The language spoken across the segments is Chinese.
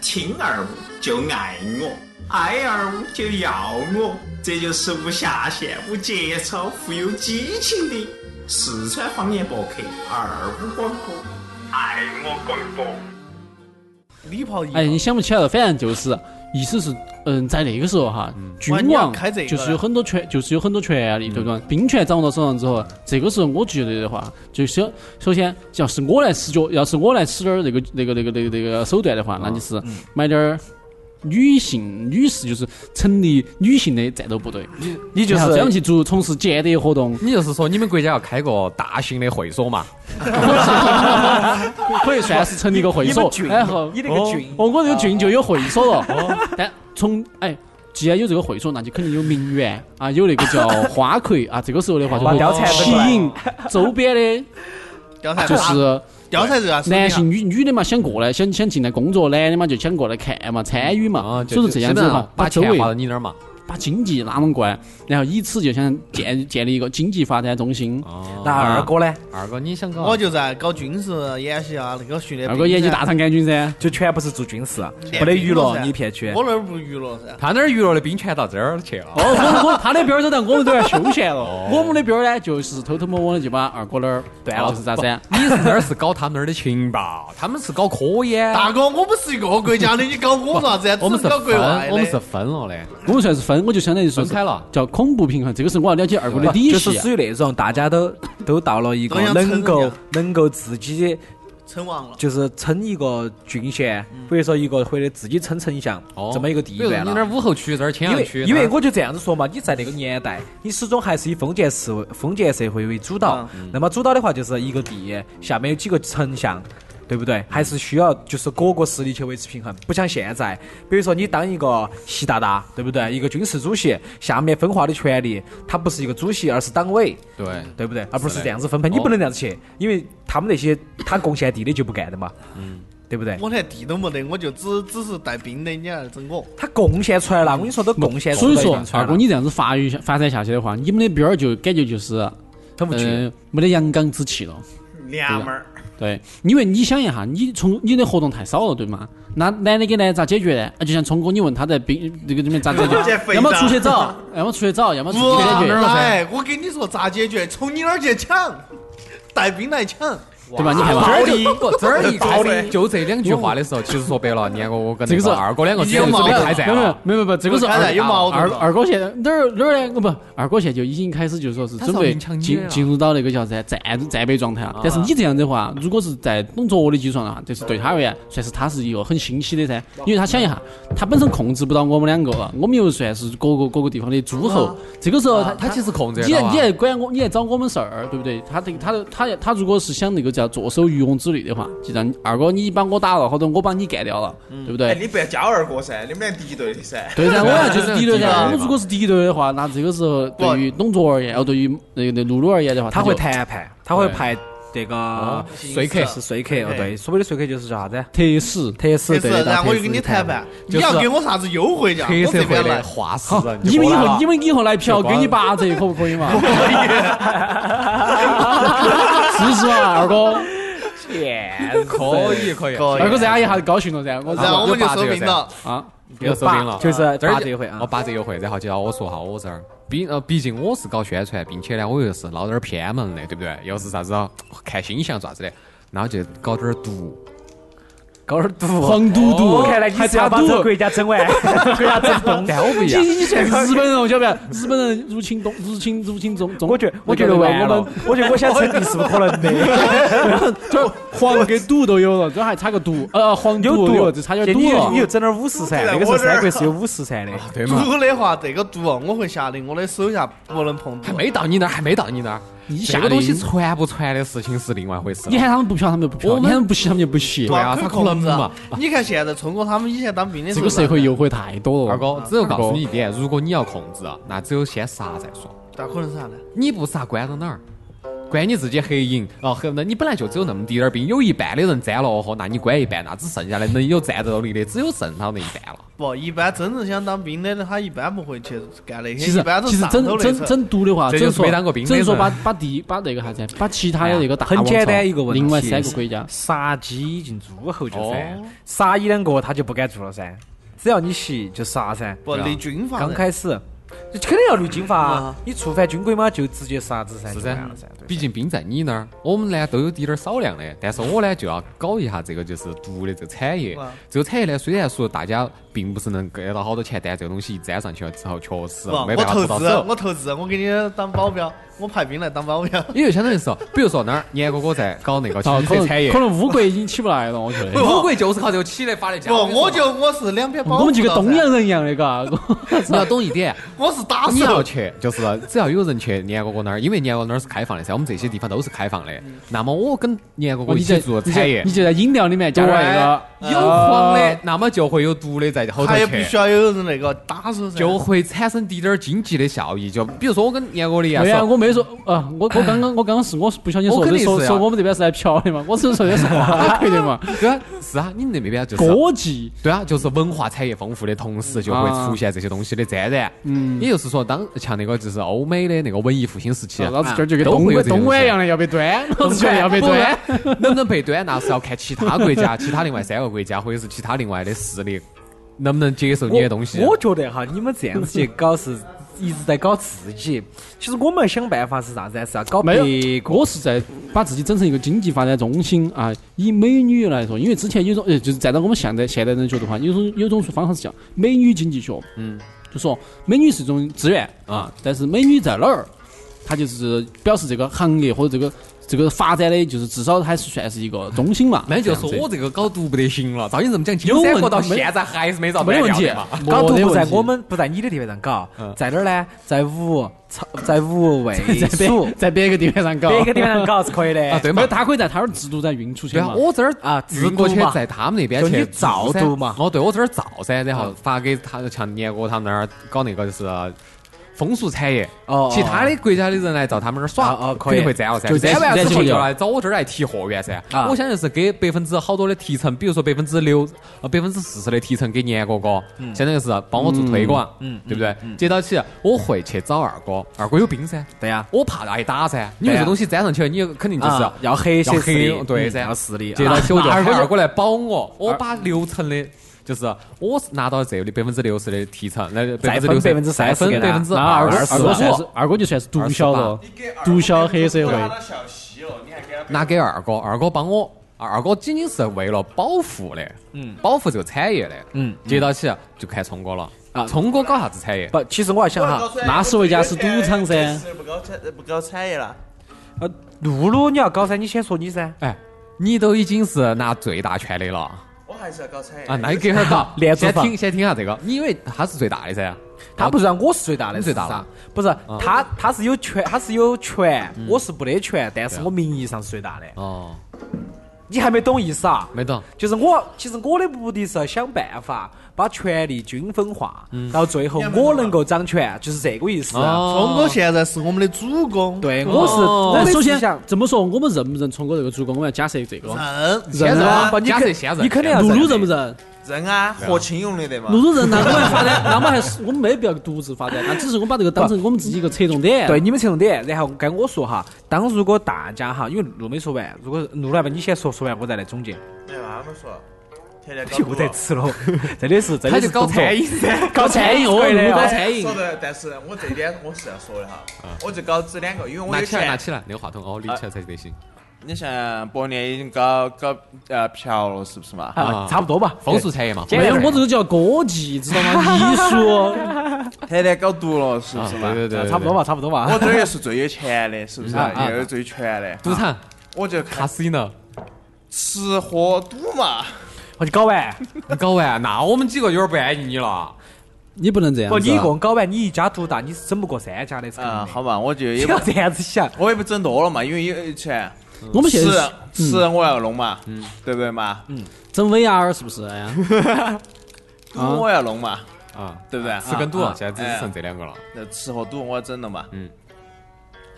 听二五就爱我，爱二五就要我，这就是无下限、无节操、富有激情的四川方言博客二五广播，爱我广播。礼炮一哎，你想不起来了，反正就是意思是，嗯，在那个时候哈，君哇你要王开这个就是有很多权，就是有很多权利，对不对？兵权掌握到手上之后，这个时候我觉得的话，就首首先，要是我来使脚，要是我来使点儿那个那个那个那个那个手段的话，那就是买点儿。女性女士就是成立女性的战斗部队，你就然后是专门去做从事间谍活动，你就是说你们国家要开个大型的会所嘛？可以算是成立一个会你们所郡，然后你那个郡哦，哦我这个郡就有会所了。 但从哎，既然有这个会所，那就肯定有名媛啊，有那个叫花魁啊，这个时候的话就把貂蝉会分吸出来引周边的，貂蝉就热啊是貂蝉热啊，男性女女的嘛，想过来想想进来工作，男的嘛就想过来看嘛，参与嘛啊，，所以说这样子的话，把把周钱围花到你那儿嘛。把经济拉拢过来，然后以此就想建建立一个经济发展中心。哦，那二哥呢，二哥你想搞？我就在搞军事演习啊，那个训练二兵噻。哥演技大厂杆菌噻，就全部是做军事，练没得兵娱了乐，噻你一片区我。那儿不娱乐噻，他那儿娱乐的兵权到这儿去了。哦，我我他的标儿都到我们都要休闲 了，我们的标儿呢就是偷偷摸摸的就把二哥那儿断了，是咋子？你是那儿是搞他们那儿的情报，他们是搞科研。大哥，我们是一个国家的，你搞我啥子啊？哎我们只是搞国外分，的我们是分了的。我们算是分，我就相当于说是分开了叫恐怖平衡。这个是啊我要了解二哥的底就是细。属于那种大家都都到了一个都想撑能够人家能够自己称王了。就是撑一个郡县，或者说一个或者自己撑城墙哦，这么一个地比如说段你那儿了。武侯区，这儿青因羊为区，因为那儿我就这样子说嘛，你在那个年代，你始终还是以封建社会封建社会为主导。嗯那么主导的话，就是一个地下面有几个城乡，对不对？还是需要就是各个势力去维持平衡，不像现在，比如说你当一个习大大，对不对？一个军事主席，下面分化的权利，他不是一个主席，而是党委。对。对不对？而不是是的这样子分配，哦你不能这样子去，因为他们那些他贡献地的就不干的嘛，嗯，对不对？我连地都没得，我就只只是带兵的，你还整我？他贡献出来了，我跟你说都贡献出所以来说了，二哥你这样子发育下发展下去的话，你们的标儿就感觉就是很无趣。呃没得阳刚之气了。娘们儿，对，因为你想一下，你从你的活动太少了，对吗？那男的跟男的咋解决呢？啊，就像聪哥，你问他在兵这个里面咋解 我在决，肥要么皂出去找，要么出去找，要么自己解决，哇，哎，我跟你说咋解决？从你那儿去抢， 带兵来抢。对吧？你看这嘛，儿就不这儿一开始就这两句话的时候，其实说白了，你看我我跟这那个是二哥两个已绝经对是矛没盾开战没有啊没有没有没有，这个是开二展有矛盾二了二哥现在哪儿哪儿呢？哦不，二哥现在就已经开始就是说是他是准要备明抢进劫啊进入到那个叫啥战战备状态了。但是你这样的话，如果是在董卓的基础上啊，这是对他而言算是他是一个很欣喜的噻，因为他想一下，他本身控制不到我们两个了，我们又算是各个各个地方的诸侯，这个时候他他其实控制你得来到啊你来管我，你来找我们事儿，对不对？他这个他的他他他如果是想那个叫坐收渔翁之利的话，就让二哥你把我打了，或者我把你干掉了，对不哎，对？你不要教二哥噻，你们俩敌对的噻。对噻，我要 就是敌对对噻。吧我们如果是敌对的话，那这个时候对于董卓而言，哦，对于那个那陆鲁而言的话，啊他就会谈判，他会对派这个说客是说客哦，对对，所谓的说客就是叫啥子？特使。特使是，对，然后我就特使跟你谈判，就是你要给我啥子优惠价？黑我这社会边的来。话事好哦人，你们以后你们们以后来嫖，就给光你八折，可不可以 嘛？ 是不是嘛，二哥？可以可以，二哥这样一下就高兴了噻。我然后我们就有八折收兵了，啊，不要收兵了，就是这儿八折优惠啊我。八折优惠，然后就要我说哈，我这儿毕呃，毕竟我是搞宣传，并且呢，我又是闹点儿偏门的，对不对？又是啥子啊看星象啥子的，然后就搞点儿毒，高尔毒，黄赌毒，哦看来你还是要差把赌哦这。个国家整 完，国家整崩。但我不一你样，你算是日本人哦，晓不晓得？日本人入侵东入侵入侵中中，我觉得我觉得那个完我了哦们，我觉得我想称帝是不可能 的，这黄跟赌都有了，这还差个毒，呃，黄有赌毒这差点就赌哦你又了你。又整点五十噻，对那个时候我这儿三国是有五十噻的，啊对嘛？毒的话，这个毒哦我会下令我的手下不能碰还毒。没到你那儿，还没到你那儿。你这下个东西令传不传的事情是另外一回事了。你喊他们不嫖，他们就不嫖；我你们喊他们不洗，他们就不洗对。啊可以他可能控制啊嘛。你看现在聪哥他们以前当兵的时这候，个社会诱惑太多了。二，哥，哦只有告诉你一点，如果你要控制啊，那只有先杀再说。咋可能是啥呢？你不杀，关到哪儿？关你自己黑影哦，黑那你本来就只有那么滴点儿兵，有一半的人沾了哦吼，那你关一半，那只剩下的能有战斗力的只有剩他那一半了。不，一般真正想当兵的，他一般不会去干那些，其一实般都其是实上头整那整层。整毒的话，这只就是能说没当过兵的只能说人把把第把那个啥子，把其他的那个大很王简朝单一个问题，另外三个国 家， 杀鸡儆诸侯就噻哦，杀一两个他就不敢做了噻，只要你习就杀噻。不啊立军法的，刚开始，就肯定要律金法啊啊，你触犯军规嘛就直接杀子噻，是就噻完了噻。对噻毕竟兵在你那儿，我们呢都有滴点儿少量的，但是我呢就要搞一下这个就是毒的这个产业哇。这个产业呢，虽然说大家并不是能给到好多钱，但这个东西一沾上去了之后，确实不，没我办法投做到资啊手，。我投资，我给你当保镖，我派兵来当 保镖。也就相当于是哦，比如说那儿严哥哥在搞那个哦汽可车能产业可，能乌国已经起不来了，我觉 得。乌龟就是靠这个起来发的家。不，跟你说我 就我是两边保我护们就跟到东噻，洋人一样的，嘎，你要懂 一点，我啊是打你手。要去，就是只要有人去年哥哥那儿，因为年哥哥那儿是开放的噻，我们这些地方都是开放的。嗯那么我跟年哥哥一哦你起在做你产在业你，就在饮料里面加对点那个有黄啊的，那么就会有毒的在后头他也必去须。要有人那个打手噻。就会产生滴点儿经济的效益，就比如说我跟年哥的一样对呀，说，我没说，呃，我我刚刚我刚刚是我是不小心说我肯的，定说是啊说我们这边是来嫖的嘛，我只是说的是 花魁的嘛，对啊，是啊，你们那边就是歌妓，对啊，就是文化产业丰富的同时，就会啊出现这些东西的沾染。嗯，也就是说，当像那个就是欧美的那个文艺复兴时期，啊啊老子这儿就跟都东会有北这种东莞一事样的要被端，老 子觉得对要被端。，能不能被端，那是要看其他国家、其他另外三个国家或者是其他另外的势力能不能接受你的东西。啊我我觉得哈，你们这样子去搞是一直在搞自己。其实我们要想办法是啥子啊？是要搞没别有，个。我是在把自己整成一个经济发展中心啊。以美女来说，因为之前有种，呃，就是站到我们现在现代人学的话，有种有种方法是叫美女经济学。嗯，就说美女是一种资源啊，但是美女在哪儿，它就是表示这个行业或者这个这个发展的，就是至少还是算是一个中心嘛。那就说这样子我这个搞独不得行了。照你这么讲，金有三问国到没现在还是没遭没问题嘛。，没搞得独不在问题我们不在你的地位上搞，在哪儿呢？在五操，在五 位数在别个地方上搞，别个地方上搞是可以的啊，。对没嘛有，？他可以在他那儿制度再运出去对啊，嘛。我这儿啊自运过读去嘛在他们那边就去你造自噻读嘛啊哦，对，我这儿造噻，然后发给他像年哥他们那儿搞那个就是风俗产业，哦其他的国家的人来到他们那儿耍，哦哦可肯以定会沾了噻。就沾完沾之进后去就了来找我这儿来提货源噻。啊我相信是给百分之好多的提成，比如说百分之六、呃百分之四十的提成给年哥哥，嗯相当于是帮我做推广，嗯，对不对？接到起我会去找二哥，二哥有兵噻，对呀，我怕挨打噻。你对这呀个东西沾上去，你肯定就是啊要黑要些势力黑，对嗯噻，要势力。接啊到起我就那二喊哥就二哥来保我，我把六成的，就是我是拿到这里百分之六十的提成，那再百分分之六30%分给他百分之那二二哥十二哥算是五，二哥就算是毒枭了，毒枭黑社会。小溪了，你还给他拿给二哥，二哥帮我，二哥仅仅是为了保护的，嗯，保护这个产业的，嗯，接到起就看聪哥了，啊聪哥搞啥子产业？不，其实我还想啊哈，纳斯维加斯赌场噻，不搞产不搞产业了，呃，露露你要搞噻，你先说你噻。，哎，你都已经是拿最大权的了啊，我还是要搞产业那你给他搞 连珠先房听先听下这个，你以为他是最大的噻？他不是让我是最大的，你最大啊是啥了？不是他，他是有权，他是有权，嗯我是不得权，但啊是我名义上是最大的。哦，你还没懂意思啊？没懂。就是我，其实我的目的是要想办法把权力均分化，到最后我能够掌权，就是这个意思。嗯啊哦聪哥现在是我们的主公，，对，我是哦我那的首思先想。这么说，我们认不认聪哥这个主公？我们要假设这个。认现在啊啊不，你假设肯现在你肯定要露露认认不认？人啊，和亲用的得嘛露露认，那我们还 发展，那我们还是我们没必要独自发展，那只是我们把这个当成我们自己一个侧重点。对，，你们侧重点，然后该我说哈。当如果大家哈，因为路没说完，如果路老板你先说说完，我再来总结。没办法说，天天搞 又在吃了，真的是，真他的就是搞动作餐饮噻。搞餐饮哦，对露啊露搞餐饮说，的，但是我这点我是要说的哈，我就搞这两个，因为我拿有起来，拿钱。起来，那个话筒哦，立起来才得行。你像伯年已经搞搞呃嫖了，是不是嘛？啊，差不多吧。风俗产业嘛，对没有，我这个叫歌技，知道吗？艺术，天天搞毒了，是不啊是对嘛？对对啊对，差不多吧，差不多吧。我这儿又是最有钱的，是不是？啊啊又是最有权的啊对。，赌场、我就看卡斯呢？吃喝赌嘛，啊 我就搞完，你搞完，那我们几个有点不安逸你了。你不能这样子啊。不，哦你一个人搞完，你一家独大，你是整不过三家的，是肯定嗯，啊好的。吧，我就 你也不要这样子想，我也不整多了嘛，因为有有钱。我们现吃在嗯是吃我要弄嘛，嗯对不对嘛？整 VR 是不是？哎呀，赌我要弄嘛，啊，对不对？是跟赌啊哎啊，现在只剩这两个了。那吃和赌我要整了嘛。嗯。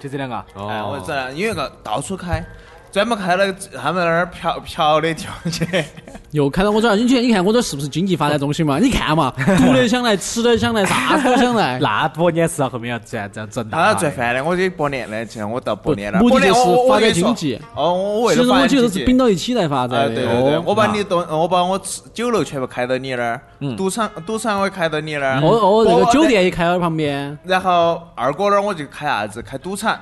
就这两个。哎，我哦，这因为个到处开，专门开了个他们那儿嫖嫖的地方去。 又看到我这儿，你去，你看我这是不是经济发展中心嘛？你看嘛，读的想来，吃的想来，啥子都想来。那多年是到后面要赚赚赚大他了。最烦的，我就博念的，像我到博念了，不博念目的就是我我发展跟你说经济哦，我其为实了发我展觉经得是济。并到一起来发啊，展对的。对对，哦我把你东，我把我酒楼全部开到你那儿，赌场赌场我也开到你那儿，嗯哦哦，那我个酒，店也开到旁边。然后二哥那儿我就开啥子，开赌场，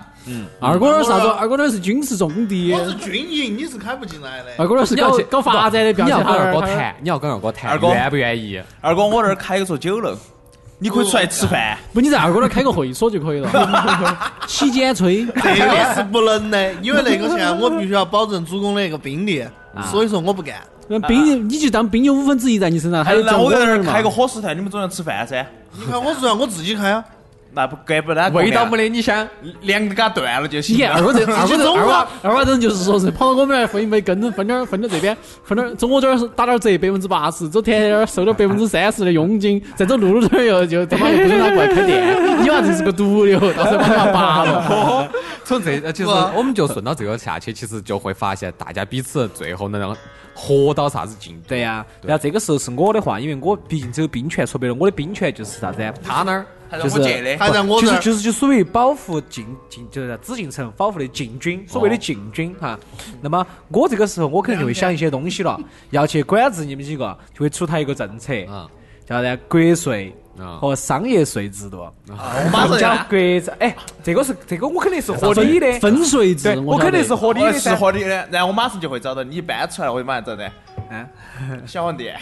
二哥那儿啥子？二哥那儿是军事重地，我是军营，你是开不进来的。二哥那儿是你要搞去搞发展的，不你要去跟哈二尔哥哈尔谈，你要跟二哥谈二，哥愿不愿意？二哥我那儿开一座酒楼，你可以出来吃饭， 不，你在二哥那儿开个会所就可以了。洗剪吹，这个是不能的，因为那个哎嗯钱我必须要保证主公的一个兵力，所以说我不干。那兵你就当兵有五分之一在你身上，还有哎那整我在个那儿人嘛开个。伙食台，你们总要吃饭噻，你看我是让我自己开啊，那不该不那味道没得你香，两个给他断了就行你看了。 二哥这二哥自己这种二啊娃二娃这人就是说是跑到我们那儿分一杯羹，分点儿分点儿这边，分点儿走我这儿打点儿折百分之八十，走甜甜那儿收点百分之三十的佣金， 再走露露这儿又就他妈又不准他过来开店，你娃这是个毒瘤，到时候把你娃拔了。哦，从这呃就是不啊我们就顺到这个下去，其实就会发现大家彼此最后能活到啥子境地。 对呀、然后这个时候是我的话，因为我毕竟只有兵权，说白了，我的兵权就是啥子啊？他那儿还就是我借的，还在我这就是儿。就是就属于保护进进就是紫禁城保护的禁军，所谓的禁军哈。那么我这个时候我肯定就会想一些东西了，要去管制你们几个，就会出台一个政策，啊叫啥子啊国税啊和商业税制度。我马上讲要国债，哎，这个是这个我肯定是合理的，分税制对，，我我肯定是合理我的哦是噻。合理的，然后我马上就会找到你，一搬出来我就马上找到嗯， 小黄店。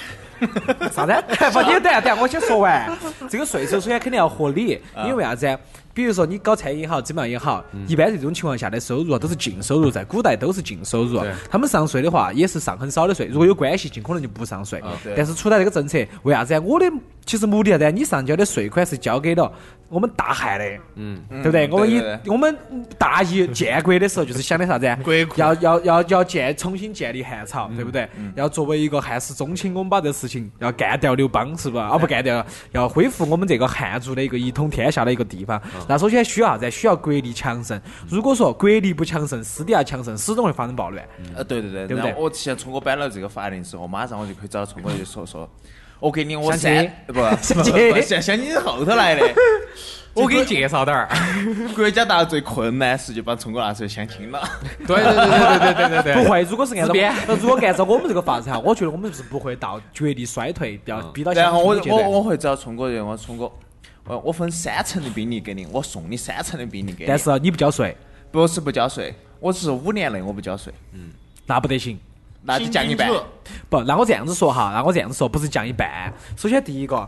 啥子？ 不，你等下等下，我先说完。这个税收首先肯定要合理，啊因为为啥子？比如说你搞餐饮也好，怎么样也好，嗯一般这种情况下的收入啊都是净收入，在古代都是净收入。他们上税的话也是上很少的税，如果有关系，尽可能就不上税。啊对但是出台这个政策，为啥子啊？我的其实目的啥子啊？你上交的税款是交给了我们大汉的，嗯，对不对？嗯我们对以对对我们大一建国的时候就是想的啥子啊？国库要要要要建重新建立汉嗯朝，对不对？要作为一个汉室宗亲，我们把这个事情要干掉刘邦，是嗯吧？啊，不干掉，要恢复我们这个汉族的一个一统天下的一个地方。嗯那首先需要啥子？需要国力强盛。如果说国力不强盛，私底下强盛，始终会发生暴乱。呃，对对对，对然不对后我现在聪哥搬了这个法令之后，马上我就可以找到聪哥就说说，我给你我想三接不不接不，想想你是后头来的。我给你介绍点儿。国家达到最困难时就把聪哥那时候相亲了，对对对对对对对对对。不会，如果是按照自编那如果按照我们这个法子哈，我觉得我们是不会到绝地衰退，要逼到嗯然后我乡村的阶我段我会找聪哥就我聪哥，我我分三层的兵力给你，我送你三层的兵力给你，但是啊你不交税，不是不交税，我只是五年内我不交税，那不得行。那就降一半新。进者不，那我这样子说哈，那我这样子说，不是降一半。首先第一个，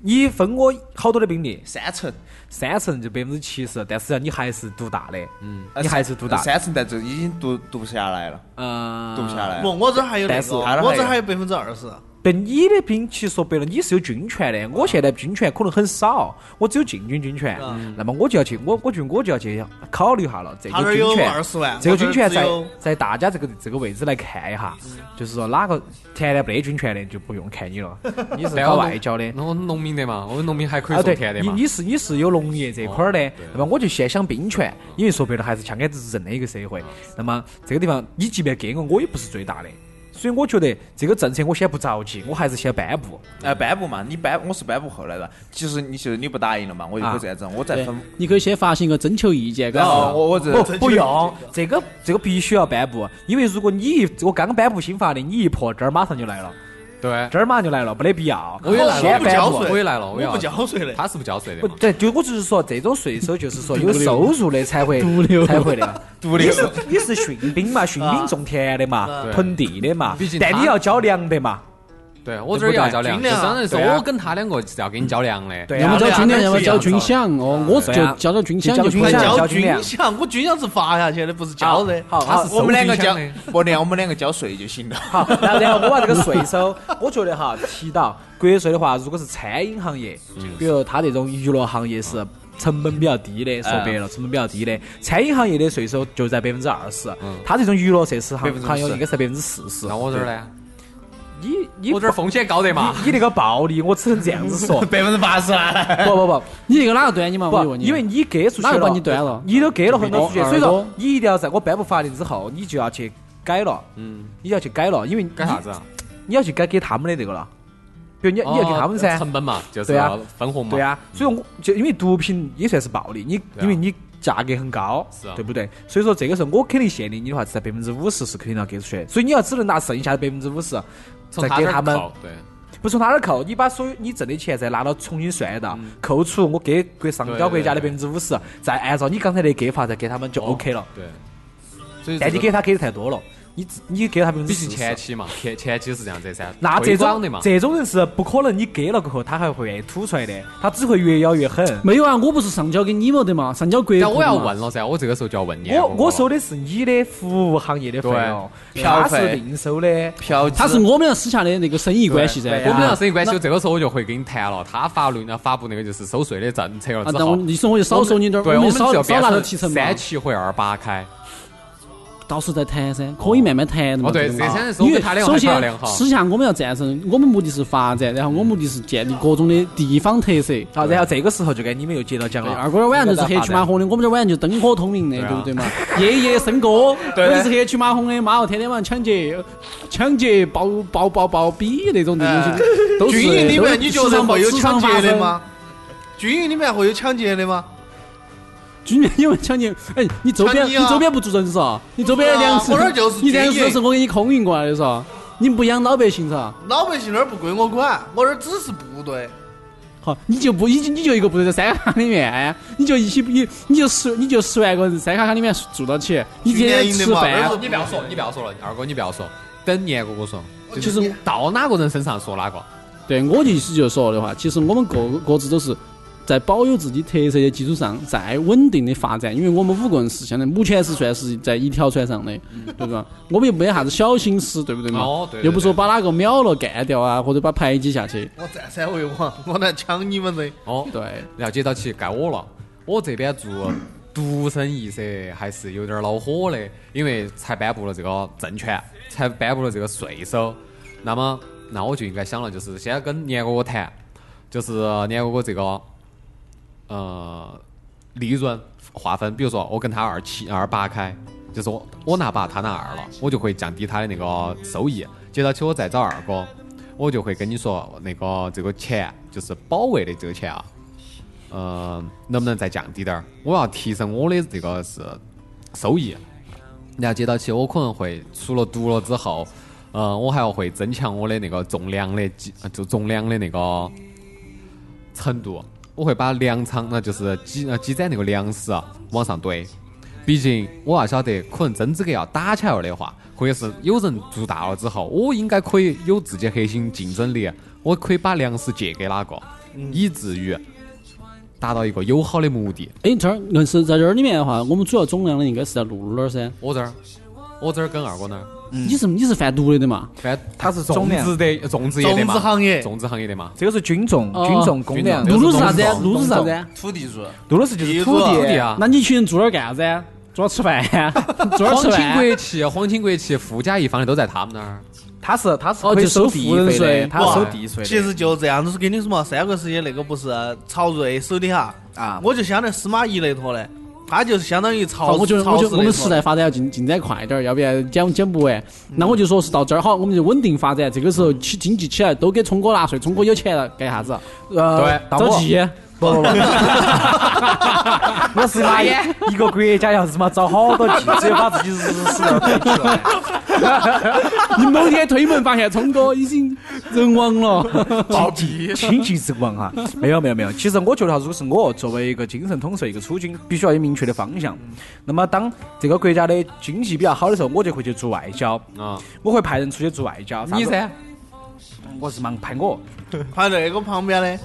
你分我好多的兵力，三层，三成就百分之七十，但是你还是读大的，嗯，呃你还是读大的，三层但就已经读读不下来了，嗯，读不下来不，了。我这儿还有那但是个，还有我这儿还有百分之二十。但你的兵其实说白了，你是有军权的。我现在军权可能很少，我只有禁军军权。那么我就要去，我我觉得我就要去考虑一下了。这嗯他这个儿军有权， 20万这个军我权这儿在只有嗯在大家这个这个位置来看一下，就是说哪个田来不得军权的就不用看 你了，你是搞外交的。那我们农民的嘛，我们农民还可以啊，种对田，的你嘛。你是你是有农业这一块儿的，那么我就先想兵权，因为说白了还是枪杆子是人的一个社会。啊那么这个地方，你即便给我，我也不是最大的，所以我觉得这个政策我先不着急，我还是先颁布。呃，颁布嘛，你颁我是颁布后来的，其实你就是你不答应了嘛，我就可以这样子，我再对哦分，，你可以先发行一个征求意见，然后我我这不不用，这个这个必须要颁布，因为如果你一我刚颁布新法令，你一破，这儿马上就来了，对，这儿马上就来了，没得必要。我也来先我了，不颁交布税，我也来了，也我要不。交税的。他是不交税的不嘛？对，就我只是说这种税收就是 说有收入的才会才会的。独立你是你是训兵嘛，训兵种田的嘛，啊屯地的嘛毕竟，他但你要交粮的嘛。对我这儿也要交粮，军就粮啊相当于是对啊我跟他两个是要给你交粮的。对要啊么，交军粮，要么交对军饷。哦，我就对啊交点军饷就就可以交了。交交军军粮饷，我军饷是发下去的，不是交的。。好，他好是我们两个收交军饷，我两我们两个交税就行了。好，然后然后我把这个税收，我觉得哈，提到国税的话，如果是餐饮行业，嗯比如它这种娱乐行业是。成本比较低的，说白了，成本比较低的，餐饮行业的税收就在百分之二十，它这种娱乐设施行10%行业应该是百分之四十那。我这儿呢？你你我这儿风险高得嘛。你你那个暴力，我只能这样子说百分之八十 啊！不不不你这个哪个端你嘛？我就不，问你，因为你割出去哪了，个把你端了你都割了很多出去，耳朵所以耳说朵你一定要在我颁布法令之后，你就要去改了，嗯，你要去改了，因为你干啥子？啊？你要去改给他们的这个了，比如你要你要给他们噻哦，成本嘛，就是对啊要分红嘛。对啊，所以我就因为毒品也算是暴利，你对啊因为你价格很高是啊，对不对？所以说这个时候我肯定限定你的话是在百分之五十是肯定要给出去的，所以你要只能拿剩下的百分之五十从再他给这儿他们，扣对，不从他那儿扣，你把所有你挣的钱再拿到重新算一道，嗯扣除我给国上交国家的百对分之五十，再按照你刚才的给法再给他们就 OK 了。对。所哦以这但个你给他给的太多了，你只你给他百分之毕竟前十。期嘛，前前期是这样子噻。那推这广种的嘛，这种人是不可能，你给了过后他还会愿意吐出来的，他只会越咬越狠。没有啊，我不是上交给你们的嘛，上交国库但我要嘛问了噻，我这个时候就要问你啊。我我收的的是你的服务行业的费用，对他票费是另收的。嫖他是我们俩私下的那个生意关系噻，对我们俩啊生意关系，我这个时候我就会跟你谈了。他法律呢发布那个就是收税的政策了啊，之但我后，你说我就少收你点儿，对，我们就们就少少要变拿到成提成嘛，三七或二八开。到时候再谈噻，可以慢慢谈的嘛。哦对这个嘛这现在是我因为们谈的首还是要良先好私下我们要战胜，我们目的是发展，然后我目的是建立各种的地方特色。啊，然后这个时候就该你们又接到讲对了，二哥的晚上就是黑黢麻红的，我们这晚上就灯火通明的，对啊对不对嘛？夜夜笙歌， 我就是黑黢麻红的，妈哦，天天晚上抢劫、抢劫、暴暴暴暴比那种这种东西， 都是哎军营里面你觉得会有抢劫？都是时尚时尚发的生吗？军营里面会有抢劫的吗？ 军人因为抢劫，哎，你周边抢你啊你周边不做人是吧？你周边的粮食，我这儿就是你粮食军都营是我给你空运过来的是吧？你不养老百姓是吧？老百姓那儿不归我管，我这儿只是部队。好，你就不，你就你就一个部队在三卡里面，哎你就一起你你就十你就十万个人三卡卡里面住到起，你天天吃饭， 啊你不要说，你不要说了，二哥你不要说，等年哥哥说，就就是是到哪个人身上说哪个。对我的意思就是说的话，其实我们各各自都是在保有自己特色的基础上，再稳定的发展。因为我们五个人是相当于目前是算是在一条船上的， 对吧？我们又没啥子小心思，对不对嘛？嗯哦对对又不说把哪个秒了干掉啊，或者把排挤下去。我占山为王，我来抢你们的。哦，对，然后接到起该我了，我这边做独身一色还是有点儿恼火的，因为才颁布了这个政权，才颁布了这个税收，那么那我就应该想了，就是先跟年哥哥谈，就是年哥哥这个呃利润划分，比如说我跟他二七二八开，就是我我拿八，他拿二了，我就会降低他的那个收益。接到起我再找二哥，我就会跟你说那个这个钱就是保卫的这个钱啊，呃，能不能再降低点儿？我要提升我的这个是收益。然后接到起我可能会除了读了之后，呃，我还要会增强我的那个种粮的基，呃就种粮的那个程度，我会把粮仓呢，就是积呃积攒那个粮食啊往上堆。毕竟我要晓得，可能真资格要打起来了的话，或者是有人做大了之后，我应该可以有自己核心竞争力，我可以把粮食借给哪个，以至于达到一个友好的目的。哎，这儿论是在这儿里面的话，我们主要总量的应该是在露露那儿噻。我这儿，我这儿跟二哥那儿，你是你是贩毒的的嘛？反他是种种粮植的种植业的种嘛，植行业种植行业的嘛。这个是军种，哦军种公粮军，露种露是啥子这种？露露是啥子？土地主，露露是就是地土主地，土地啊那你一群人住那儿干啥子啊？坐那儿吃饭 呀，坐那儿皇吃亲饭。国戚、皇亲国戚、富家一方的都在他们那儿。他是他是哦可以就收收富地人费税的，他哇收地税的。其实就这样子跟你说嘛，三国时期那个不是曹睿手底下啊我就相当于司马懿那坨的，他就是相当于好，曹我觉得曹我觉氏得我们那时坨代发展要进进展快点儿，要不然讲讲不完。那我就说是到这儿好，我们就稳定发展。这个时候起经济起来，都给聪哥拿税，聪哥有钱了干啥子？呃，对到找我妓。不不不，我是拿一一个国家要是嘛找好多 妓，只有把自己日死了退出来。你某天推门发现聪哥已经人亡了，暴毙，亲情之王哈。没有没有没有，其实我觉得哈，如果是我作为一个精神统帅、一个储君，必须要有明确的方向。那么当这个国家的经济比较好的时候，我就会去做外交，啊，我会派人出去做外交。你噻，我是忙派我。还有那个旁边的，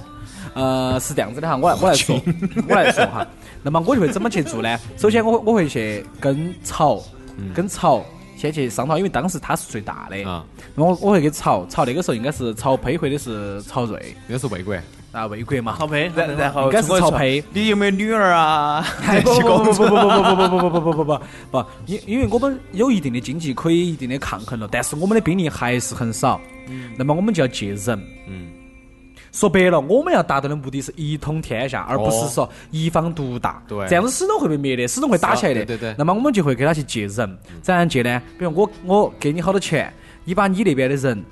呃，是这样子的哈，我来我来说， 我来说哈。那么我就会怎么去做呢？首先我会我会去跟朝，跟朝先去商讨，因为当时他是最大的。啊，然后我我会给曹曹那个时候应该是曹丕或者是曹睿那是魏国，啊，魏国嘛。曹丕，然然后应该是中国曹说丕，你有没有女儿啊？不不不不不不不不不不不不不不，因因为我们有一定的经济可以一定的抗衡了，但是我们的兵力还是很少，那么我们就要借人。嗯，说白了，我们要达到的目的是一统天下，而不是哦说一方独大。对这样子始终会被灭的，始终会打起来的。是啊对对对那么我们就会给他去借人，怎样借呢？比如我我给你好多钱，你把你那边的人，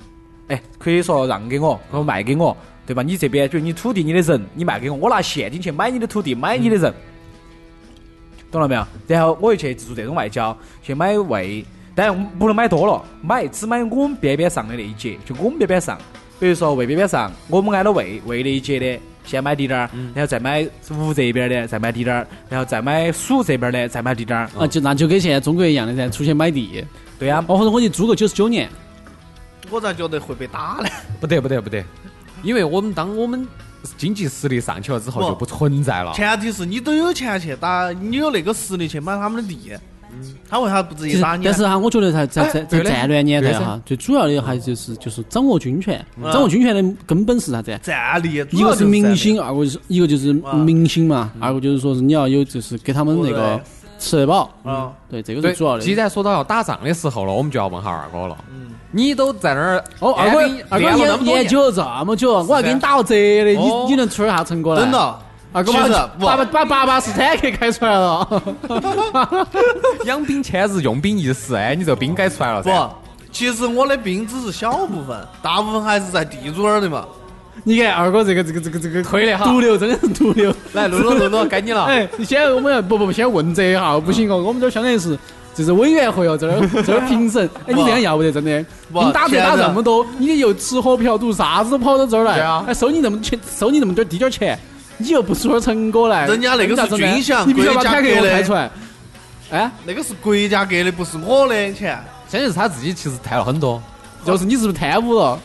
哎，可以说让给我，或者卖给我，对吧？你这边比如你土地你的人，你卖给我，我拿现金去买你的土地，买你的人，懂了没有？然后我又去做这种外交，去买位，当然不能买多了，买只买我们边边上的那一节，就我们边边上。比如说魏边边上，我们挨了魏魏那一节的，先买滴点儿，嗯然后再买吴这边的，再买滴点儿，然后再买蜀这边的，再买滴点儿。啊，就那就跟现在中国一样的噻，出去买地，对呀、哦，或者我就租个九十九年， 我咋觉得会被打呢？不得不得不得，因为我们当我们经济实力上去了之后不就不存在了，前提是你都有钱去打，你有那个实力去买他们的地，他为啥不直其接实打你呢？但是哈，我觉得在在在在对的战乱年代对哈，最主要的还是就是就是掌握军权，嗯掌握军权的根本是啥子？战力，一个是明明星，星，二个就是一个就是啊明星嘛，二个就是说是你要有就是给他们那个对吃得饱，嗯啊，对，这个对是主要，既的。然说到要打仗的时候了，我们就要问下二哥了，嗯，你都在那儿哦，二哥练兵，二哥练了研那么多研年究了这么久，我还给你打个折的，你哦你能出点啥成果来？真，的，二哥其把实不把把把八八式坦克开出来了。 养兵千日，用兵一时，哎，你这兵该出来了噻。不。其实我的兵只是小部分，大部分还是在地主那儿的嘛。你看二哥这个这个这个这个推得好毒瘤真的是毒瘤。来，露露露露，该你 了。哎，你先我们要不不不先问这一下，不行哦，嗯我们这儿相当于是就是委员会哦，这儿 这儿评审。哎，你这样要不得，真的，不你打现折在打这么多，你又吃喝嫖赌啥子都跑到这儿来，对啊还收你那么钱，收你那么点儿低点儿钱，你又不出点儿成果来，人家那个是你咋整呢军饷你必须要把国家卡给我给的开出来。哎，那个是国家给的，不是我的钱。相信是他自己其实贪了很多，就是你是不是贪污了？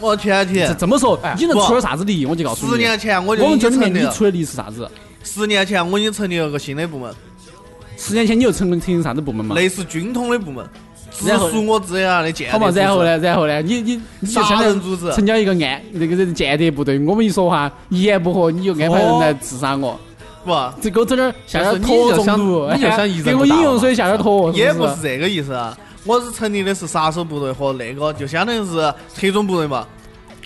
我前提这这么说，你能不出点啥子力？我就告诉你。哎十年前我就我已们这经里成面立你了，出的力是啥子？十年前我已经成立了个新的部门，十年前你又成成立啥子部门嘛？类似军统的部门，直嗯然后属我啊之下的间谍好嘛，组织然后？呢，然后呢，你你你就相杀当人于组织，成交一个案那个人间谍部队，我们一说话，一言不合你就安排人哦来刺杀我，不，这给我整点儿下点儿但是你妥就中想毒，你就想一人给我不打饮了用水下点儿 妥，也不不是这个意思啊。我是成立的是杀手部队和那个，就相当于是特种部队嘛，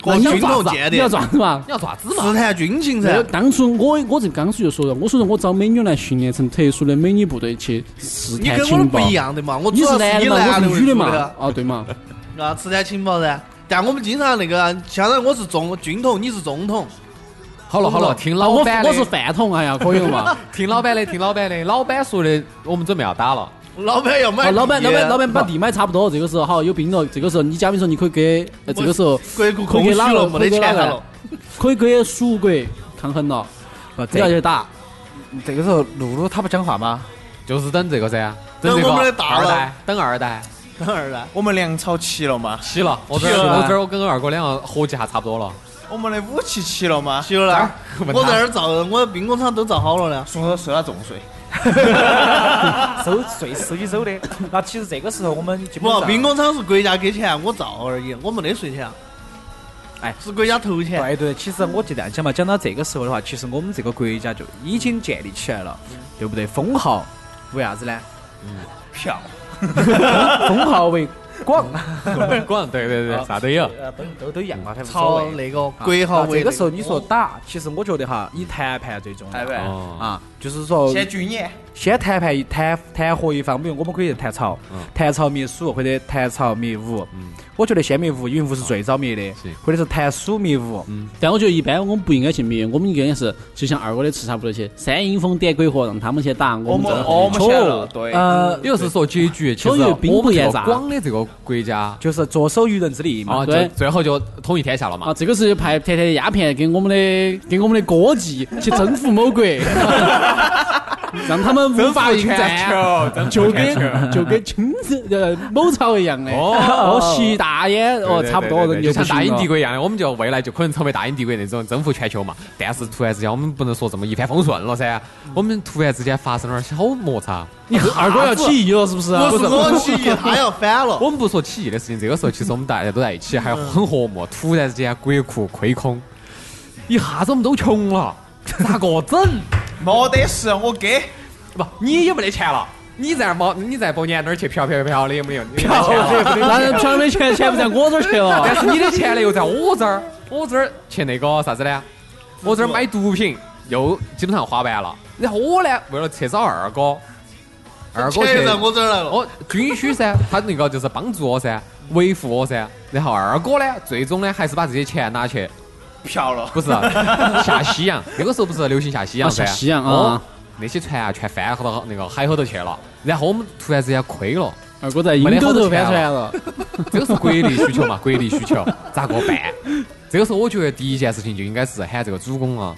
那和你要军抓统子啊，间你谍啊要，抓 子嘛？你要啥子嘛？试探军情那噻个。当初我我这刚才就说了，我说的我找美女来训练成特殊的美女部队去试你探跟我的情报不。一样的嘛，我你主是要男以的嘛，男我为是女的主嘛的，啊对嘛，啊，刺探情报噻。但我们经常那个，相当于我是中军统，你是中统，好了好了，听啊老我板我是的，饭桶，哎呀，可以 了嘛？听老板的，听老板的。老板说的，我们准备要打了。老板要买啊，地。老 板，老板，老板把地买差不多，这个时候好有兵了。这个时候，你假比说你可以给，呃这个时候国库可空以虚给哪了，没个，可以得钱给哪个了了。，可以给蜀国抗衡了，不，你要哦这去打。这个时候露露她不讲话吗？就是等这个噻，这等我们个的大二了代，等二代 当然了，我们粮草齐了吗？齐了。我这齐了儿我这儿我跟二哥两个合计还差不多了。我们的武器齐了吗？齐了 啊啦哪儿问他我在这儿造，我兵工厂都造好了呢。说受到重税，收税收你走的。 那其实这个时候我们基本不，上兵工厂是国家给钱，我造而已，我没得税钱。哎，是国家投钱。对对，其实我就这样讲嘛，讲到这个时候的话，其实我们这个国家就已经建立起来了，对不对？封号为啥子呢？票封号为广，啊管对对对，啥都有。呃都都都一样嘛，反正无所朝谓。那个啊国号那为哦这个时候你说打，其实我觉得哈，以谈判最重要。哎喂，哦，啊，就是说先军演，先谈判一谈谈和一方，比如我们可以谈曹嗯，谈曹灭蜀或者谈曹灭吴。嗯我觉得先灭吴，因为吴是最早灭的是，或者是谈蜀灭吴。 但我觉得一般我们不应该去灭，我们应该是就像二哥的刺杀部队去，三阴风点鬼火，让他们去打，我我们们这我们先了，求对，啊呃，也就是说结局，其所实以兵我不们这厌个诈广的这个国家就是坐守渔人之利嘛。啊，对就最后就统一天下了嘛啊，。这个是派甜甜的鸦片给我们的给我们的歌妓去征服某国。让他们无法应战，真就跟就跟清呃某朝一样的，哦哦吸大烟哦，差不多人就就像不大行英了帝。国一样的，我们就未来就可能成为大英帝国那种征服全球嘛。但是突然之间，我们不能说这么一帆风顺了噻，我们突然之间发生了点小摩擦。你二哥要起义了是不是啊？不是我起义，他要反了。 我们不说起义的事情，这个时候其实我们大家都在一嗯起，还很和睦。突然之间，国库亏空，一下子我们都穷了，咋个整？ 没得事，我给。不，你也没得钱了。你在猫，你在包年那儿去嫖嫖嫖的也没有，你没啊得钱了。啊那人飘没钱，钱不在我这儿去 哦但 了。是你的钱呢又在我这儿，我这儿去那个啥子呢？我这儿买毒品又基本上花完了。然后我呢，为了去找二哥，二哥钱去又在我这儿来了，我哦军需噻，他那个就是帮助我噻，维护我噻。然后二哥呢，最终呢还是把这些钱拿去，嫖了，不是下西洋。那个时候不是流行下西洋啊噻？下西洋啊哦，那些船啊全翻到那个海后头去了。然后我们突然之间亏了，二哥在阴沟头翻船了，这个是国力需求嘛？国力需求咋个办？这个时候我觉得第一件事情就应该是喊这个主公啊。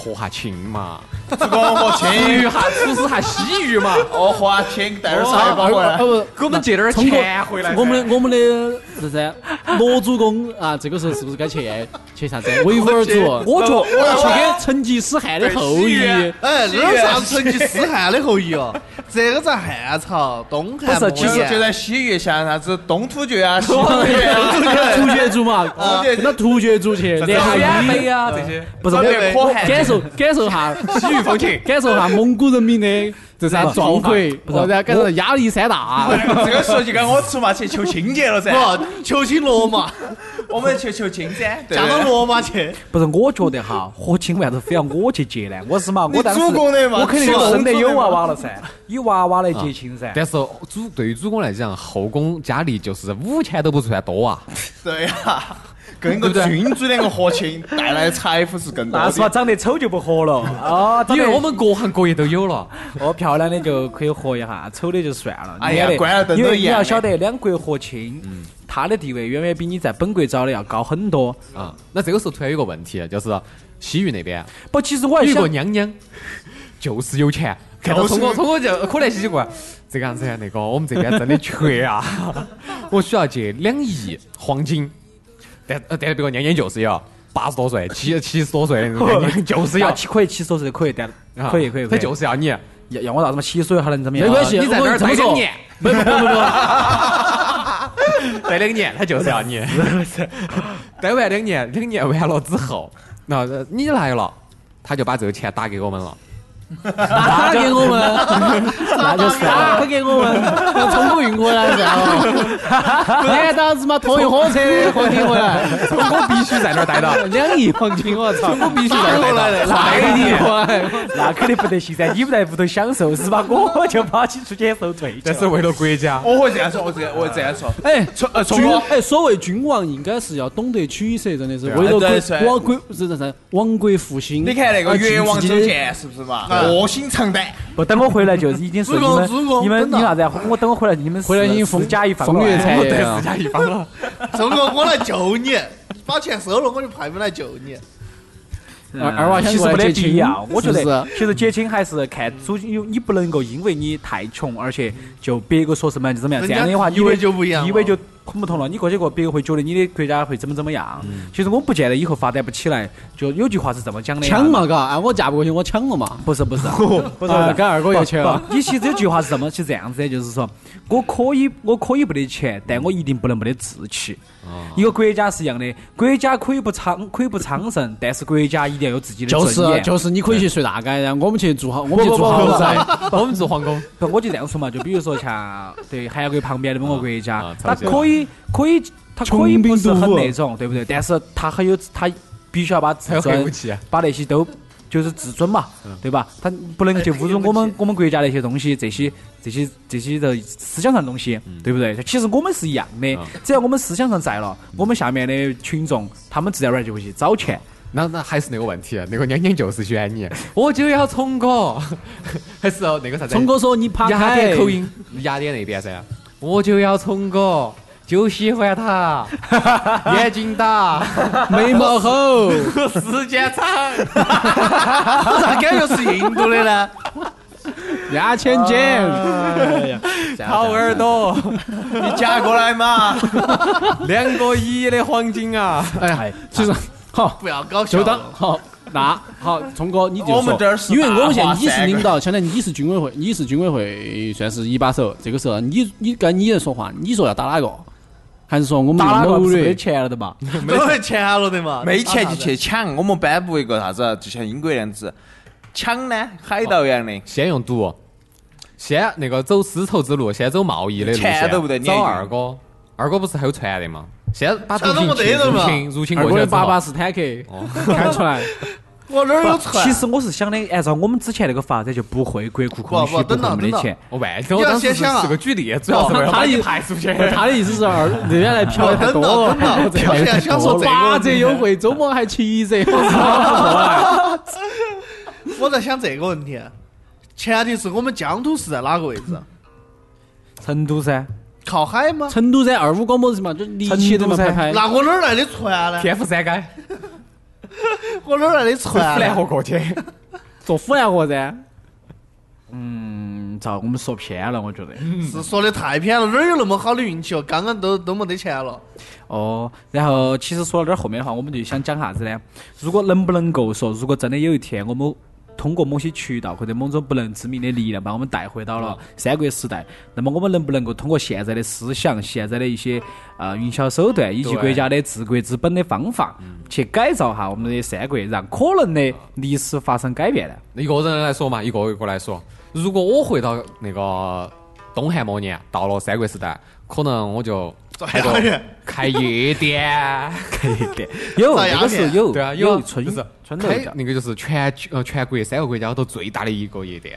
和下亲嘛，这个我鱼亲，下厨师下西域嘛， 我花亲，带点啥二也包回来。不，给我们借点儿通过钱啊回来噻。我们的我们的是噻，罗主公啊，这个时候是不是该去去啥子维吾尔族？我觉我要去给成吉思汗的后裔。哎，哪有啊啥成吉思汗的后裔哦？这个在汉朝、东汉、不是末其实年就在西域，像啥子东突厥啊、西突厥啊，突厥族嘛，突厥族那突厥族去，然后远你飞啊这些，不是特我别可汗感受感受下西域风情。感受下蒙古人民的这啥壮阔，哦然后感受压力山大。 啊这个时候就该我出马去求亲去了噻，不求亲罗马， 我们去求亲噻，对嫁到罗马去。不是，我觉得哈，和亲为啥子非要我去结呢？我是嘛，我当时你主公的嘛我肯定是是公生主得的嘛有娃娃了噻，有娃娃来结亲噻。但是主对于主公来讲，后宫佳丽就是五千都不算多啊。对呀，啊跟个君主两个和亲，带来的财富是更多那是嘛，的。长得丑就不合了啊！因因为为我我们们各行各业都有了，哦，漂亮的就可以合一下，丑的就算了。哎呀免得关了灯都因为一你样要的晓得，两国和亲，他的地位远远比你在本国找的要高很多。啊、那这个时候突然有个问题，啊就是西域那边不，其实我还有一想个，娘娘，就是有钱，看到通过通过就可怜兮兮过来，这个样子呀，那个我们这边真的缺啊， 我需要借两亿黄金，但呃但别个娘娘就是要八十多岁、七七十多岁的 那种娘娘，就是要要可以七十岁可以，但啊可以可以，可她以就是要你。要要我啥子嘛？七十岁还能怎么样？没关系，你在我那跟儿你这待么两说年，不不不不，待两年，他就是要 你。待完两年，两年完了之后，那呃你来了，他就把这个钱打给我们了。打给我们，那就算了，打给我们，要从国运过来算了。满档子嘛，拖一火车的黄金回来，中国必须在那儿待到，两亿黄金，我操！中国必须在那儿待到。那快肯定点！ 那肯定不得行噻！你们在屋头享受是吧？我就跑起出去受罪去这是为了国家。我会这样说，我这我会这样说，哎，从呃从君我哎，所谓君王应该是要懂得取舍，真的是为了对国是亡国是是是亡国复兴。你啊看那个啊越王尽勾自己的践是不是嘛？啊卧薪尝胆，不，等我回来就已经是主你公们主公你们真的你啥子啊？我等我回来你 们回来已已经经风加一番风月才产业 对，啊私，家一方了。中国，我来救你，把钱收了，我就派兵来救你。二二娃想其实过来没得结必亲要，我觉是不得是其实结亲还是看主你你不能够因为你太穷，而且就别个说什么就怎么样，人这家样的话地位就不一样了地位就很不同了。你过去过，别个会觉得你的国家会怎么怎么样。嗯其实我不见得以后发展不起来，就有句话是这么讲的，抢嘛，？嘎，啊，我嫁不过去，我抢了嘛。不是不是 不是，啊跟二哥不要钱啊。不你其实这句话是这么是这样子的，就是说，我可以我可以没得钱，但我一定不能没得志气。哦一个国家是一样的，国家可以不昌可以不昌盛，但是国家一定要有自己的就是尊严。就是，你可以去睡大街，然后我们去住豪，我们去住豪宅。 我们住皇宫，不，我就这样说嘛，就比如说像对韩国旁边的某个国啊家啊，它朝鲜可以可以，它可以穷兵不是黩很武那种，对不对？但是它很有它必须要把才自有黑武尊，器。把那些都就是自尊嘛，嗯对吧？它不能去侮辱我们我们国家的一些东西，这些这些这些的思想上的东西，嗯对不对？其实我们是一样的啊，只要我们思想上在了，嗯我们下面的群众他们自然而然就会去找钱。那那还是那个问题，啊那个娘娘就是选你， 我就要聪哥，还是哦那个啥子？聪哥说你爬雅开典口，音，雅典那边噻，我就要聪哥，就喜欢啊他， 眼睛大，眉毛 厚，时间长。 我咋感觉是印度的呢？牙签剪，掏耳朵，你夹过来嘛，两个亿的黄金啊！哎，就是好，不要搞笑就了，当好。那好，聪哥你就我们这儿是说，因为我们大现在话你是三个领导，相当于你是军委会，你是军委会算是一把手。这个时候，你你该你来说话，你说要打哪个，还是说我们打哪用个谋不是没略？钱了的嘛？都会钱了的嘛，没钱就打啥子去抢。我们颁布一个啥子，就像英国那样子，抢呢海盗一样的，先用赌，先那个走丝绸之路，先走贸易的路钱线，都不得你找二哥，二哥不是还有船的嘛？先把毒船都没品去得了入嘛侵，入侵二过去哥的了之爸后爸是坦克，哦看出来。我哪儿有啊船？啊其实我是想的，按照我们之前那个发展，就不会国库空虚，不不不等会等没得钱。我哦万一我你当时要先是想啊是个举例，主要是为了他 哦把的你意排除去。 他的意思是二那边来嫖的太多了，等 等等等这边来太想多说了这个八折优惠，周末还七折，我操！我在想这个问题，前提是我们疆土是在哪个位置？ 成都噻，靠海吗？成都噻，二五广播是嘛，就离奇的嘛，成都拍拍。噻那我哪儿来的船呢？天府 山街，我哪儿来的船啊不然呢？河过去。坐府南河噻，嗯，遭我们说偏了，我觉得。是说的太偏了，哪儿有那么好的运气哦？刚刚都都没得钱了，哦，然后其实说到这儿后面的话，我们就想讲啥子呢？如果能不能够说，如果真的有一天我们通过某些渠道或者某种不能知名的力量把我们带回到嗯了三国时代，那么我们能不能够通过现在的思想、现在的一些呃营销手段以及对国家的治国资本的方法，嗯去改造下我们的三国，让可能的历史发生改变 呢？ 一个人来说嘛，一个一个来说。如果我回到那个东汉末年，到了三国时代，可能我就在哪儿？开夜 店，有，造这谣个是言有，对啊，有啊村就是村头开的。那个就是全呃全国三个国家都最大的一个夜店，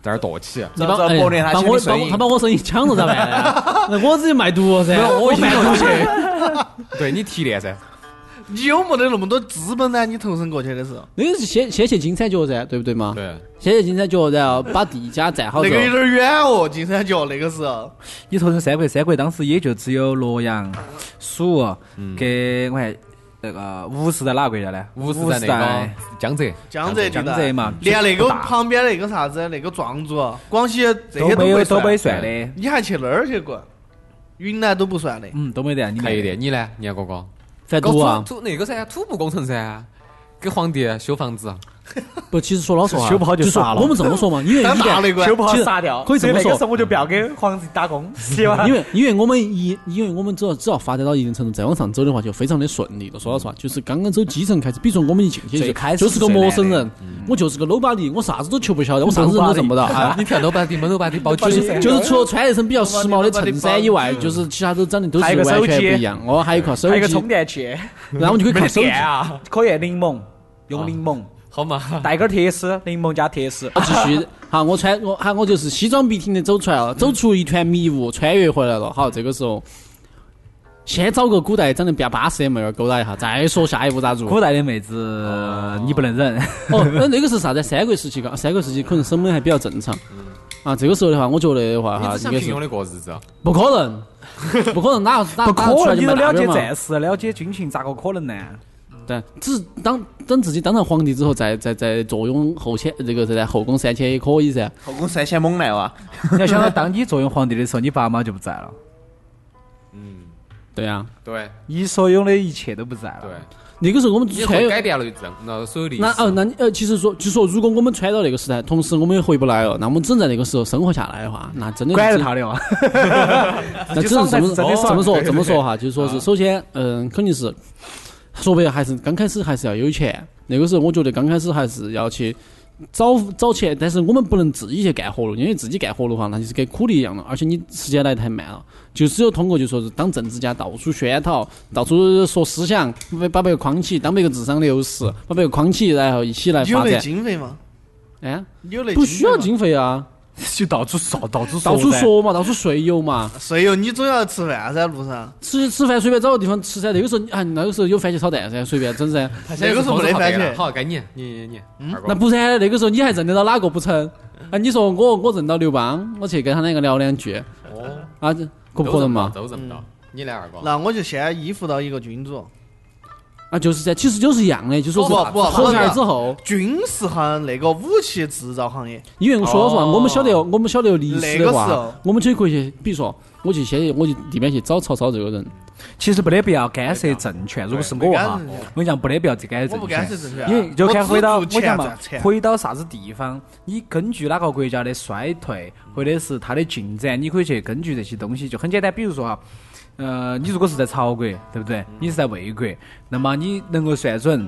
在那儿剁起。找找哎国内他把请我的把生我意他。把我生意抢了咋办呢？那我自己卖毒哦噻，我卖出去， 对你提炼噻，你有没得那么多资本呢？你投身过去的时候，那个是先先去金三角噻，对不对嘛？对，先去金三角，然后把地家占好那之个有后，点远哦，金三角那个时候。你投身三国，三国当时也就只有洛阳、蜀，嗯跟我看那个吴是在哪个国家呢？五是吴在那是在个江浙，江浙地带江浙嘛连那不个大旁边那个啥子那个壮族，啊广西这些都没有都都不没算，算的，你还去那儿去过？云南都不算的，嗯，都没得，你开没夜得。店，你呢？你啊，哥哥，贩搞毒啊！土土那个噻，土木工程噻，给皇帝修房子，啊不，其实说老实话，修不好就说杀了我们这么说嘛， 因为当一大旦内官修不好其实杀掉，可以这么所说嗯那个时候我就不要给皇帝打工，希望因为因为我们一因为我们只要只要发展到一定程度，再往上走的话，就非常的顺利了。说老实话，就是刚刚走基层开始，比如说我们一进去最就开始就是个是最陌难生的嗯人，我就是个 nobody，我啥子都求不晓得，我啥子人都挣不到。哎啊 你跳 nobody 嘛 nobody 包就机，是就是除了穿一身比较时髦的衬衫以外，就是其他都长得都是还有个完全手机不一样。哦，还有一块手还有个充机，电 器，然后我就可以看手机。啊，可以柠檬，用柠檬好嘛，哦带根铁丝，柠檬加铁丝。我继 续，好，我穿我好，我就是西装笔挺的走出来了，嗯走出一团迷雾，穿越回来了。好，这个时候先找个古代长得比较巴适的妹儿勾搭一下，再说下一步咋做。古代的妹子你不能忍，哦，那那个是啥子？三国时期个，三国时期可能审美还比较正常。嗯啊，这个时候的话，我觉得的话你哈只，啊应想该平是庸的过日子，啊不可能， 不可能哪有哪啊不哪有出可来就能，你都卖大了院解嘛战事，了解军情，咋个可能呢？对，只是当等自己当上皇帝之后，再再再坐拥后千这个在后宫三千也可以噻。哦后宫三千猛来哇！ 你要想到，当你坐拥皇帝的时候，你爸妈就不在了，对呀、嗯对你所有的一切都不在了。对，那个时候我们你穿会越改变了这样那所有历史那，哦，那你呃，其实说就说，如果我们穿到那个时代，同时我们也回不来了，那我们只能在那个时候生活下来的话，那 真的是管得他的哇！哦 那只能这么这么说这么说 哈，就是说是首先，嗯，肯定是说白了还是刚开始还是要有钱。那个时候我觉得刚开始还是要去找找钱，但是我们不能自己去干活了，因为自己干活的话，那就是跟苦力一样了，而且你时间来得太慢了。就只有通过就说是当政治家到处宣讨，到处说思想，把别个框起，当别个智商流失，把别个框起，然后一起来你有发那展。经费吗？哎，你有那不需要经费吗，经费啊，就到处说，到处到处噻。说嘛，到处税油嘛。谁有？你总要吃饭噻，路上。吃吃饭随便找个地方吃噻，那个时候你啊，那个时候有番茄炒蛋噻，随便整 噻。他现那在个是时候同时没发得现番了茄好，该你你你你，二哥那不然那个时候你还认得到哪个不成？啊，你说我我认到刘邦，我去跟他两个聊两句哦，啊，这可不可能嘛？都认不到，你来二哥，那我就先依附到一个君主，啊，就是噻，其实就是一样的，就说是不不不合不来不之后，军事行那个武器制造行业，因为我说了算，哦我们晓得有我们晓得有历史那个的时候话，我们就可以去，比如说，我去先去我去地边去找曹操这个人，其实没得必要干涉政权。如果是没我哈干涉政权，我跟你讲，没得必要去干涉我政不干涉权。政权，因为就啊我看只回到我做钱讲嘛赚，钱回到啥子地方，你根据哪个国家的衰退或者是它的进展，你可以去根据这些东西，就很简单。比如说哈，啊呃，你如果是在曹国，对不对？你是在魏国，那么你能够算准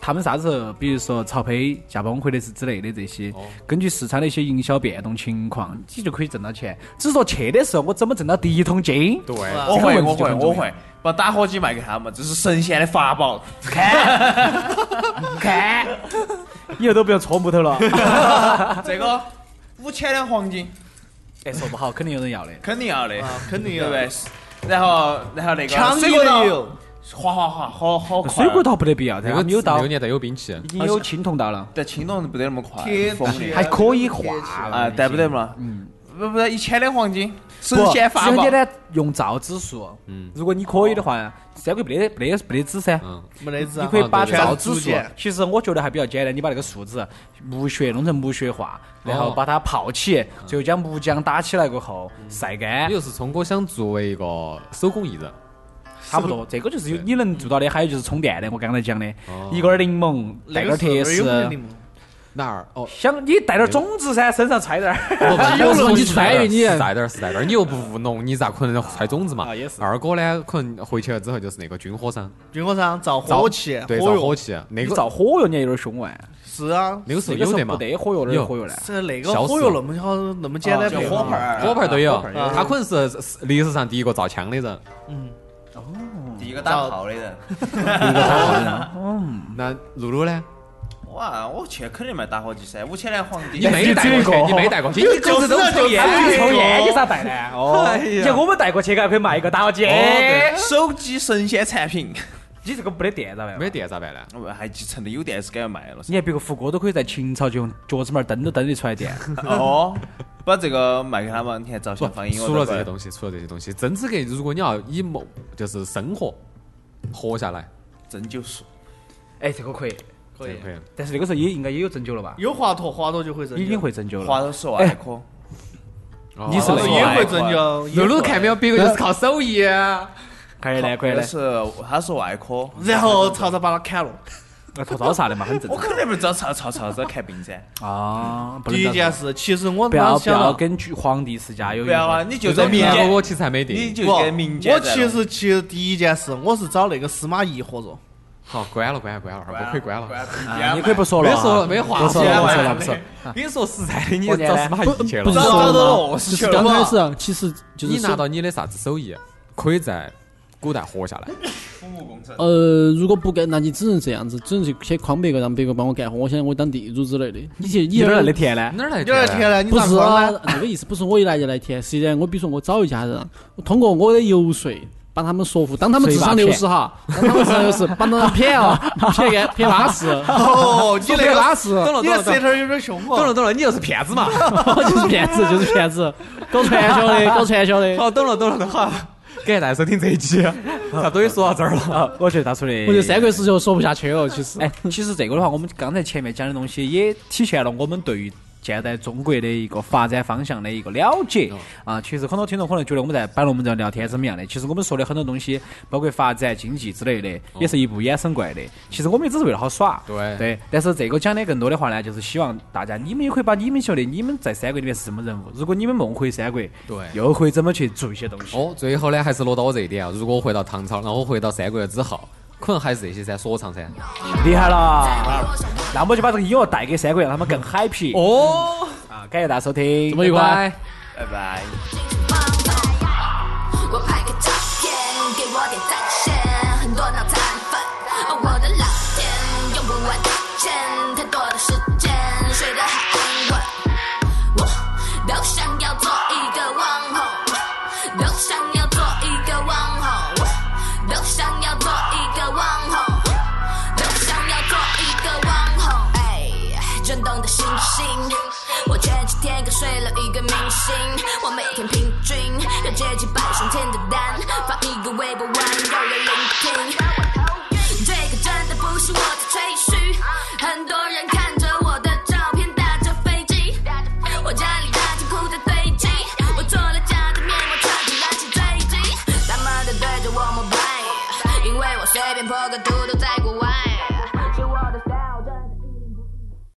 他们啥时候，比如说曹丕驾崩或者是之类的这些，根据市场的一些营销变动情况，你就可以挣到钱。只是说去的时候，我怎么挣到第一桶金？对，我哦这个会，问题我就会，很重要我会把打火机卖给他们，这是神仙的法 宝。看，看以后都不用搓木头了。这个五千两黄金， 哎，说不好，肯定有人要的。 肯定要的，啊肯定对要不对？然后，然后那个枪水果刀也，有，哗哗哗，好好快。啊水果刀不得必要，但那他个们有刀那个，年代有兵器，已经有青铜刀了。但青铜不得那么快，铁锋利铁还可以画啊，对不对嘛？嗯，不不，一千两黄金，神不，仙其实法很宝简。单，用造纸术。嗯，如果你可以的话，三国没得没得没得纸噻，嗯，没得子你啊，可以把对对造全纸是术竹简。其实我觉得还比较简单，你把那个树枝木屑弄成木屑画，然后把它泡起，最后将木浆打起来过后晒干也，就是聪哥想作为一个手工艺人，差不多。这个就是有对你能做到的。还有就是充电的，我刚才讲的，一根儿柠檬，那带点儿个铁时候哪有丝柠，檬哪儿哦，想你带点儿种子噻，身上揣点儿。 不不有不了是你穿越你是带点儿是带点儿，你又不务农，你咋可能揣种子嘛？啊也是二哥呢，可能回去了之后就是那个军火商，军火商造造火器，对，哎火造药火器，啊那你个造火药你还有点凶哎，是啊，那个时候那个时有候得嘛不？得火药哪有有火药呢？是那个小火死药那么好，那么简单啊就配啊火方炮儿，火炮都有火，炮他可能是是历史上第一个造枪的人。第一个嗯打炮的人，那露露呢？哇，我去肯定卖打火机噻，五千两黄金。你没带过去，你没带过去，你就是都抽烟，抽烟你咋带呢？哦，你看我们带过去，还可以卖一个打火机。手机神仙产品，你这个没得电咋办？没电咋办呢？我还继承的有电视杆要卖了噻。你看别个胡歌都可以在秦朝就用脚趾拇儿蹬都蹬得出来电，哦，把这个卖给他们，你看照不相放映，除了这些东西，除了这些东西，真资格，如果你要以某就是生活活下来，西，针灸术，哎，这个可以。可以可以。但是那个时候也应该也有针灸了吧？有滑头，滑头就会针灸，已经会针灸滑了。头是外科，你是滑头那啊也个会针灸，露露也会看没有，别个就是靠手艺啊。哎可以的，可以那的。是他是外 科。然后曹操把他砍了。那啊头刀啥的嘛，很正我常。肯定不是找曹曹操在看病噻，啊，不能第一这件样子事，其实我不要当时不想到，要跟去皇帝世 家有不要啊，你就在民面间，我其实还没你定。就不跟民间我在其弄实其实第一件事，我是找那个司马懿合作。好，关了关了关了，二哥可以关了。啊，你可以不说了没啊。说了，没话不说说了，不说说了，了，不不说说了。。 跟你说实在的，你过年找呢司马懿去不是了。说找了到吗我就是是去了刚嘛开始啊其实就是你拿说到你的啥子手艺，啊可以在古代活下来。土木工程。呃，如果不干，那你只能这样子，只能去去诓别个，让别个帮我干活。我想我当地主之类的。你去，你你哪来的甜呢？哪儿来哎你这天呢？你不咋是说啊呢？，那个意思不是我一来就来填，实际上我比如说我找一家人，我通过我的游说把他们说服，当他们智商流失哈，当他们智商流失，把他们骗 了，骗个骗巴适，啊哦，你说那骗个巴 适，懂了你懂的了懂舌了头有点凶懂哦。了懂了，你就是骗子嘛。就是骗子，就是骗子，搞传销的，搞传销的。 好，哦懂了懂了，好，感谢大家 收听这一期，差不多也说到这 儿了。啊，我觉得他说的，我觉得三国时就说不下去了，其实。哎，其实这个的话，我们刚才前面讲的东西也体现了我们对于现在中国的一个发展方向的一个了解哦啊。其实很多听众可能觉得我们在摆龙门阵聊天怎么样的，其实我们说的很多东西，包括发展经济之类的，也是一步衍生过来的。其实我们也只是为了好耍，哦对对。但是这个讲的更多的话呢，就是希望大家你们也可以把你们觉得你们在三国里面是什么人物，如果你们梦回三国，对又可以怎么去做一些东西。哦，最后呢，还是落到我这一点啊。如果我回到唐朝，然后我回到三国之后，可能还是这些噻，说唱噻。厉害了！那么就把这个音乐带给三国，让他们更 happy 哦，啊！感谢大家收听，这么愉啊快拜拜拜拜。我拍个照片，给我点赞线，很多脑残粉。哦，我的老天，用不完的钱，太多的时间，睡得好安稳。我都想要做一个网红，我都想要做一个网红，我都想要做一个网红，我都想要做一个网红。哎，转动的星星，我前几天刚睡了一个明星，我每天平均要接近百上天的单，发一个微博玩，有人聆听。这个周随便破个嘟嘟，在国外